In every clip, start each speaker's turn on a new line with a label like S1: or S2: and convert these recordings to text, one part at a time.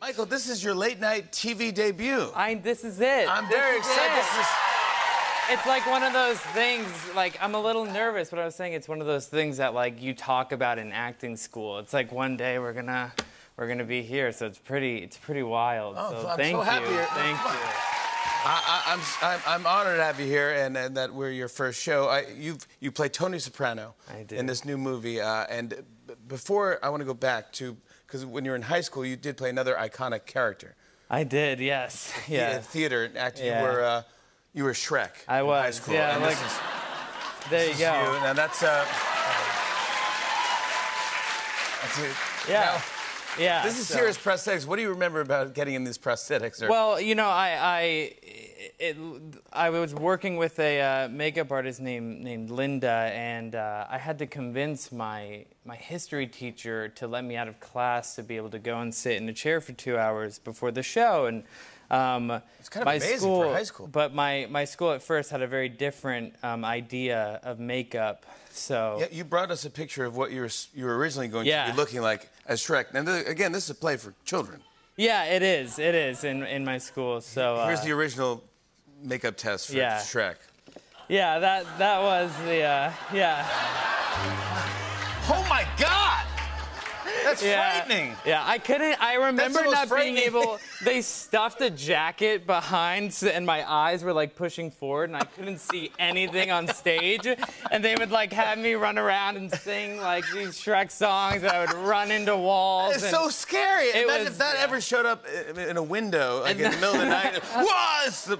S1: Michael, this is your late night TV debut.
S2: I, this is it.
S1: I'm
S2: This
S1: very
S2: is
S1: excited.
S2: it.
S1: This is
S2: It's like one of those things, like, I'm a little nervous, but I was saying it's one of those things that, like, you talk about in acting school. It's like one day we're gonna. We're gonna be here, so it's pretty. It's pretty wild.
S1: Oh,
S2: so
S1: I'm so
S2: thank
S1: happy
S2: you.
S1: you're-
S2: Thank you.
S1: I, I, I'm, I'm, I'm honored to have you here and, and that we're your first show. I, you've, you play Tony Soprano
S2: I do.
S1: in this new movie. Uh, and b- before, I want to go back to, because when you were in high school, you did play another iconic character.
S2: I did. Yes.
S1: In
S2: Yeah.
S1: theater and acting,
S2: Yeah.
S1: you were, uh, you were Shrek.
S2: I
S1: in
S2: was,
S1: high school.
S2: yeah,
S1: And this
S2: like-
S1: is-
S2: There you
S1: This is
S2: go.
S1: you. Now that's uh. that's it.
S2: Yeah. Yeah.
S1: Now, this is
S2: so-
S1: serious prosthetics. What do you remember about getting in these prosthetics? Or,
S2: Well, you know, I I it, I was working with a uh, makeup artist named named Linda, and uh, I had to convince my my history teacher to let me out of class to be able to go and sit in a chair for two hours before the show, and. Um, it's
S1: kind of amazing for high school.
S2: But my, my school at first had a very different um, idea of makeup. So
S1: Yeah, you brought us a picture of what you were s- you were originally going to
S2: Yeah.
S1: be looking like as Shrek. Now th- again, this is a play for children.
S2: yeah, it is. It is in, in my school. So uh,
S1: Here's the original makeup test for
S2: yeah.
S1: Shrek.
S2: yeah, that that was the uh, yeah.
S1: Oh my God! That's frightening.
S2: Yeah, I couldn't. I remember
S1: the most
S2: not being
S1: frightening.
S2: able. They stuffed a jacket behind, so- and my eyes were like pushing forward, and I couldn't see anything on stage. And they would like have me run around and sing like these Shrek songs, and I would run into walls.
S1: It's
S2: and-
S1: so scary. Imagine
S2: was-
S1: if that
S2: yeah.
S1: ever showed up i- in a window like in the middle of the night. Was the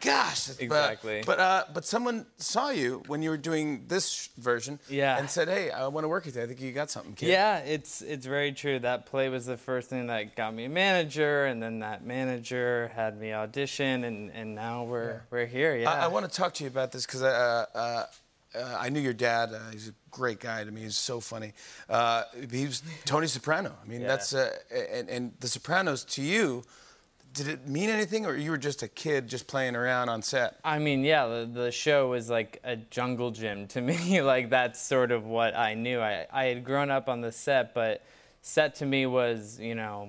S1: gosh. it's- but-
S2: Exactly.
S1: But uh, but someone saw you when you were doing this sh- version.
S2: Yeah.
S1: And said, hey, I want to work with you. I think you got something, kid.
S2: Yeah, it's it's very true. That play was the first thing that got me a manager, and then that manager had me audition, and, and now we're we're here. Yeah.
S1: I, I want to talk to you about this because uh, uh, uh, I knew your dad. Uh, he's a great guy to me. He's so funny. Uh, he was Tony Soprano. I mean,
S2: Yeah.
S1: that's uh, and, and The Sopranos to you. Did it mean anything, or you were just a kid just playing around on set?
S2: I mean, yeah, the, the show was like a jungle gym to me. like that's sort of what I knew. I, I had grown up on the set, but set to me was, you know,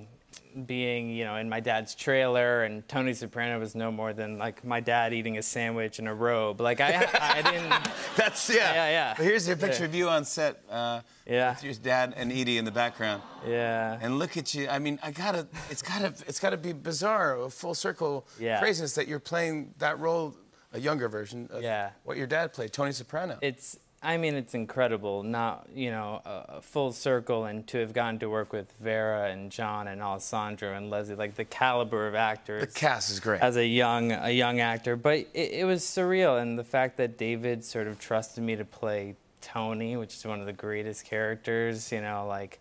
S2: being, you know, in my dad's trailer and Tony Soprano was no more than like my dad eating a sandwich in a robe. Like I I didn't
S1: That's yeah.
S2: Yeah, yeah.
S1: But here's your picture
S2: Yeah.
S1: of you on set. Uh,
S2: Yeah.
S1: With your dad and Edie in the background.
S2: Yeah.
S1: And look at you. I mean, I gotta. It's gotta. It's gotta be bizarre, a full circle
S2: Yeah.
S1: craziness that you're playing that role, a younger version of
S2: Yeah.
S1: what your dad played, Tony Soprano.
S2: It's I mean, it's incredible. Not, you know, a, a full circle and to have gotten to work with Vera and John and Alessandro and Leslie, like the caliber of actors.
S1: the cast is great.
S2: as a young a young actor, but it, it was surreal, and the fact that David sort of trusted me to play Tony, which is one of the greatest characters, you know, like.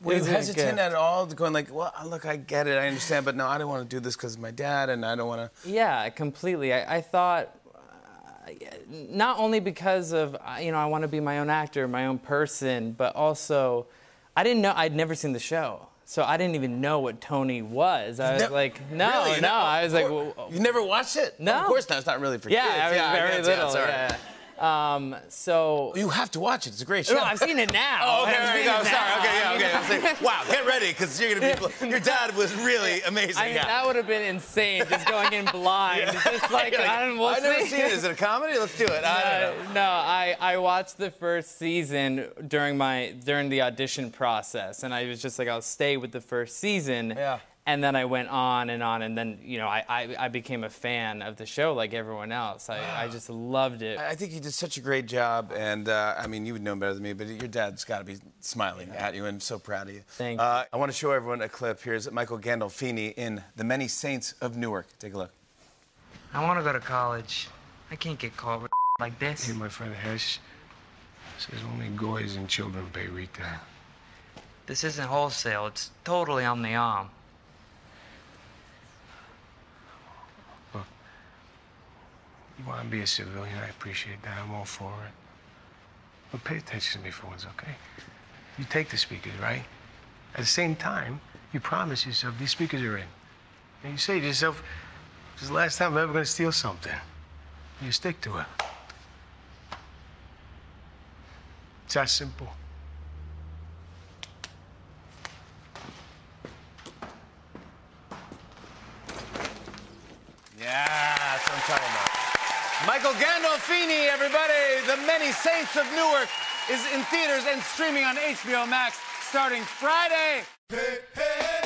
S1: Were you
S2: it was a
S1: hesitant
S2: gift.
S1: at all, going like, "Well, look, I get it, I understand, but no, I don't want to do this because my dad, and I don't want to."
S2: Yeah, completely. I, I thought uh, not only because of uh, you know I want to be my own actor, my own person, but also I didn't know I'd never seen the show, so I didn't even know what Tony was. I was like, no, no. I was like, "Well,
S1: "You never watched it?"
S2: No.
S1: of course not. It's not really for
S2: yeah,
S1: kids.
S2: I was very
S1: guess,
S2: little.
S1: sorry.
S2: Yeah, Um, so
S1: You have to watch it. It's a great show.
S2: No, I've seen it now.
S1: Oh, okay,
S2: I've
S1: there we
S2: seen
S1: go.
S2: it
S1: Sorry.
S2: now.
S1: Okay, yeah,
S2: I mean,
S1: okay. I was like, wow, get ready, because you're gonna be. Your dad was really amazing.
S2: I mean,
S1: yeah.
S2: that would have been insane, just going in blind. Just like,
S1: You're like,
S2: I don't we'll
S1: I've never
S2: see."
S1: seen it. Is it a comedy? Let's do it. I
S2: Uh,
S1: don't know.
S2: no, I, I watched the first season during my during the audition process, and I was just like, I'll stay with the first season.
S1: Yeah.
S2: And then I went on and on, and then you know I, I, I became a fan of the show like everyone else. I, I just loved it.
S1: I think you did such a great job, and uh, I mean, you would know better than me, but your dad's got to be smiling at you, and I'm so proud of you.
S2: Thank you.
S1: uh, I want to show everyone a clip. Here's Michael Gandolfini in The Many Saints of Newark. Take a look.
S3: I want to go to college. I can't get caught with like this.
S4: Hey, my friend Hesh says only goys and children pay retail.
S3: This isn't wholesale. It's totally on the arm.
S4: You want to be a civilian, I appreciate that. I'm all for it. But pay attention to me for once, okay? You take the speakers, right? At the same time, you promise yourself these speakers are in. And you say to yourself, this is the last time I'm ever going to steal something. You stick to it. It's that simple.
S2: Yeah, that's what I'm talking about. Michael Gandolfini, everybody, The Many Saints of Newark, is in theaters and streaming on HBO Max starting Friday. Hey, hey, hey.